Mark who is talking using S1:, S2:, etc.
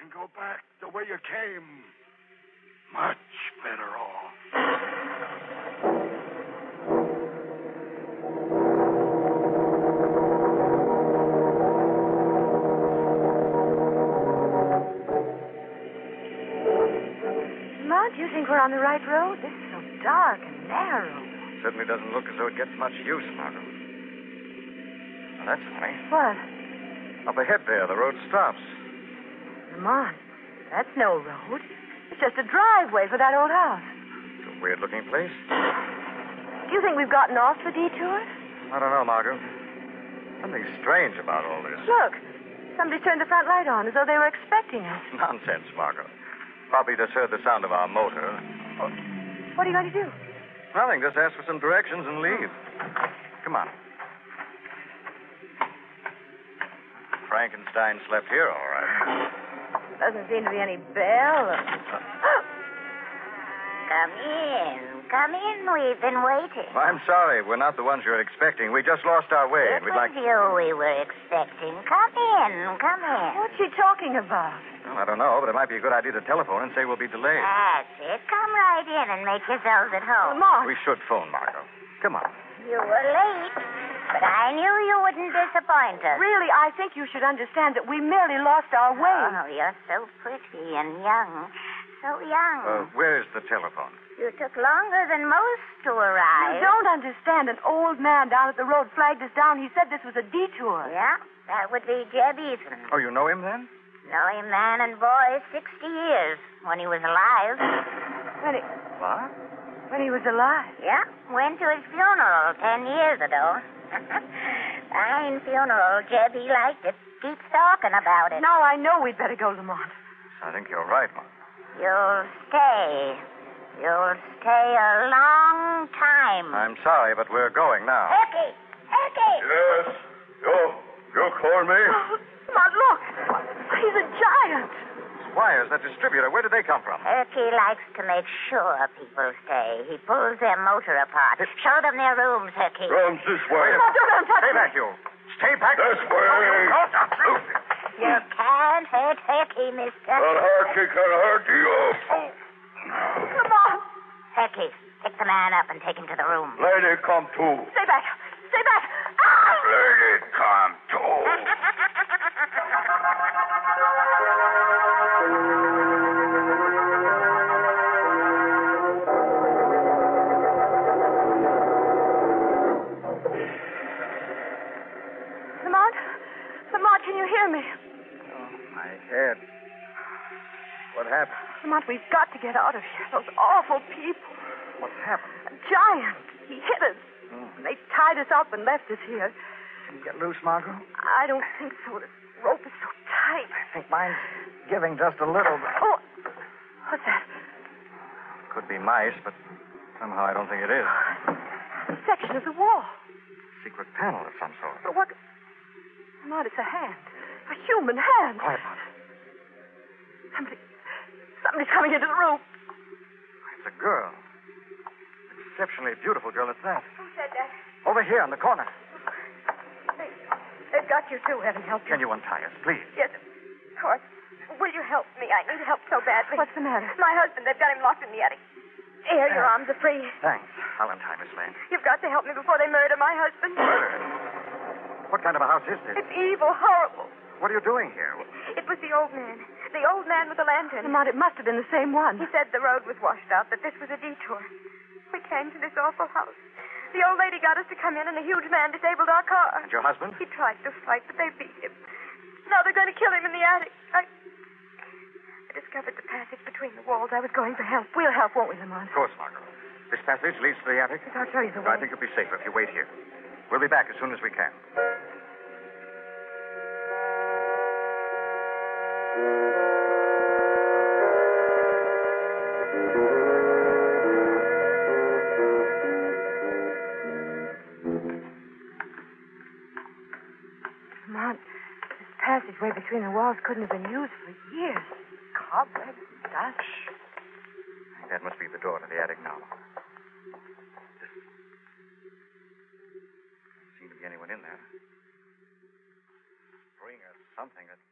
S1: and go back the way you came. Much better off.
S2: Mud, you think we're on the right road? This is so dark and narrow.
S3: Certainly doesn't look as though it gets much use, Margot. Well, that's funny.
S2: What?
S3: Up ahead there, the road stops.
S2: Come on. That's no road. It's just a driveway for that old house.
S3: It's a weird looking place.
S2: Do you think we've gotten off the detour?
S3: I don't know, Margot. Something strange about all this.
S2: Look, somebody turned the front light on as though they were expecting us.
S3: Nonsense, Margot. Probably just heard the sound of our motor.
S2: What are you going to do?
S3: Nothing, just ask for some directions and leave. Come on. Frankenstein slept here, all right.
S2: Doesn't seem to be any bell. Or...
S4: Come in. Come in. We've been waiting.
S3: Well, I'm sorry, we're not the ones you're expecting. We just lost our way, and
S4: It
S3: we'd like.
S4: was you we were expecting. Come in. Come in.
S2: What's she talking about?
S3: Well, I don't know, but it might be a good idea to telephone and say we'll be delayed.
S4: That's it. Come right in and make yourselves at home.
S2: Lamont,
S3: We should phone, Margot. Come on. Uh,
S4: You were late, but I knew you wouldn't disappoint us.
S2: really, I think you should understand that we merely lost our way.
S4: Oh, you're so pretty and young. So young.
S3: Uh, where is the telephone?
S4: you took longer than most to arrive.
S2: You don't understand. An old man down at the road flagged us down. He said this was a detour.
S4: Yeah, that would be Jeb Eason.
S3: Oh, you know him then?
S4: Know him man and boy 60 years when he was alive.
S2: When he,
S3: What?
S2: when he was alive.
S4: Yeah, went to his funeral 10 years ago. Fine funeral, Jeb. He liked it. Keeps talking about it.
S2: Now I know we'd better go, Lamont.
S3: I think you're right, Margot.
S4: You'll stay. You'll stay a long time.
S3: I'm sorry, but we're going now.
S4: Ecky! Ecky!
S1: Yes. You, you called me?
S2: Oh, Lamont, look. He's a giant.
S3: Wires, that distributor, where did they come from?
S4: Erky likes to make sure people stay. He pulls their motor apart. Show them their rooms, Erky.
S1: Rome's this way.
S2: Lamont, don't touch
S3: Stay
S2: me.
S3: back, you. Stay back. Oh,
S1: This way.
S4: You can't hurt Erky, mister.
S1: Well, Herky can hurt you.
S2: Come on.
S4: Erky, pick the man up and take him to the room.
S1: Lady, come too.
S2: Stay back. Stay back. Ah!
S1: Lady, come too.
S2: Lamont? Lamont, can you hear me?
S3: Oh, my head. What happened?
S2: Lamont, we've got to get out of here. Those awful people.
S3: What happened?
S2: A giant. He hit us.
S3: Hmm.
S2: They tied us up and left us here.
S3: Can you get loose, Margot?
S2: I don't think so. This rope is so tight.
S3: I think mine's giving just a little. But...
S2: Oh, what's that?
S3: Could be mice, but somehow I don't think it is.
S2: A section of the wall.
S3: Secret panel of some sort.
S2: But what? Lamont, it's a hand. A human hand.
S3: Quiet, Margot.
S2: Somebody, somebody's coming into the room.
S3: It's a girl. Exceptionally beautiful girl at that.
S2: Who said that?
S3: Over here in the corner.
S2: They, they've got you too, heaven help
S3: Can you untie us, please?
S2: Yes, of course. Will you help me? I need help so badly. What's the matter? My husband, they've got him locked in the attic. Here, your arms are free.
S3: Thanks. I'll untie Miss Lane.
S2: You've got to help me before they murder my husband.
S3: What kind of a house is this?
S2: It's evil, horrible.
S3: What are you doing here?
S2: It was the old man. The old man with the lantern. Lamont, it must have been the same one. He said the road was washed out, that this was a detour. We came to this awful house. The old lady got us to come in, and a huge man disabled our car.
S3: And your husband?
S2: He tried to fight, but they beat him. Now they're going to kill him in the attic. I, I discovered the passage between the walls. I was going for help. We'll help, won't we, Lamont?
S3: Of course, Margot. This passage leads to the attic.
S2: Yes, I'll show you the
S3: I
S2: way.
S3: think you'll be safer if you wait here. We'll be back as soon as we can.
S2: Lamont, this passageway between the walls couldn't have been used for years. Cobwebs, dust.
S3: That must be the door to the attic now. Doesn't seem to be anyone in there. Bring us something that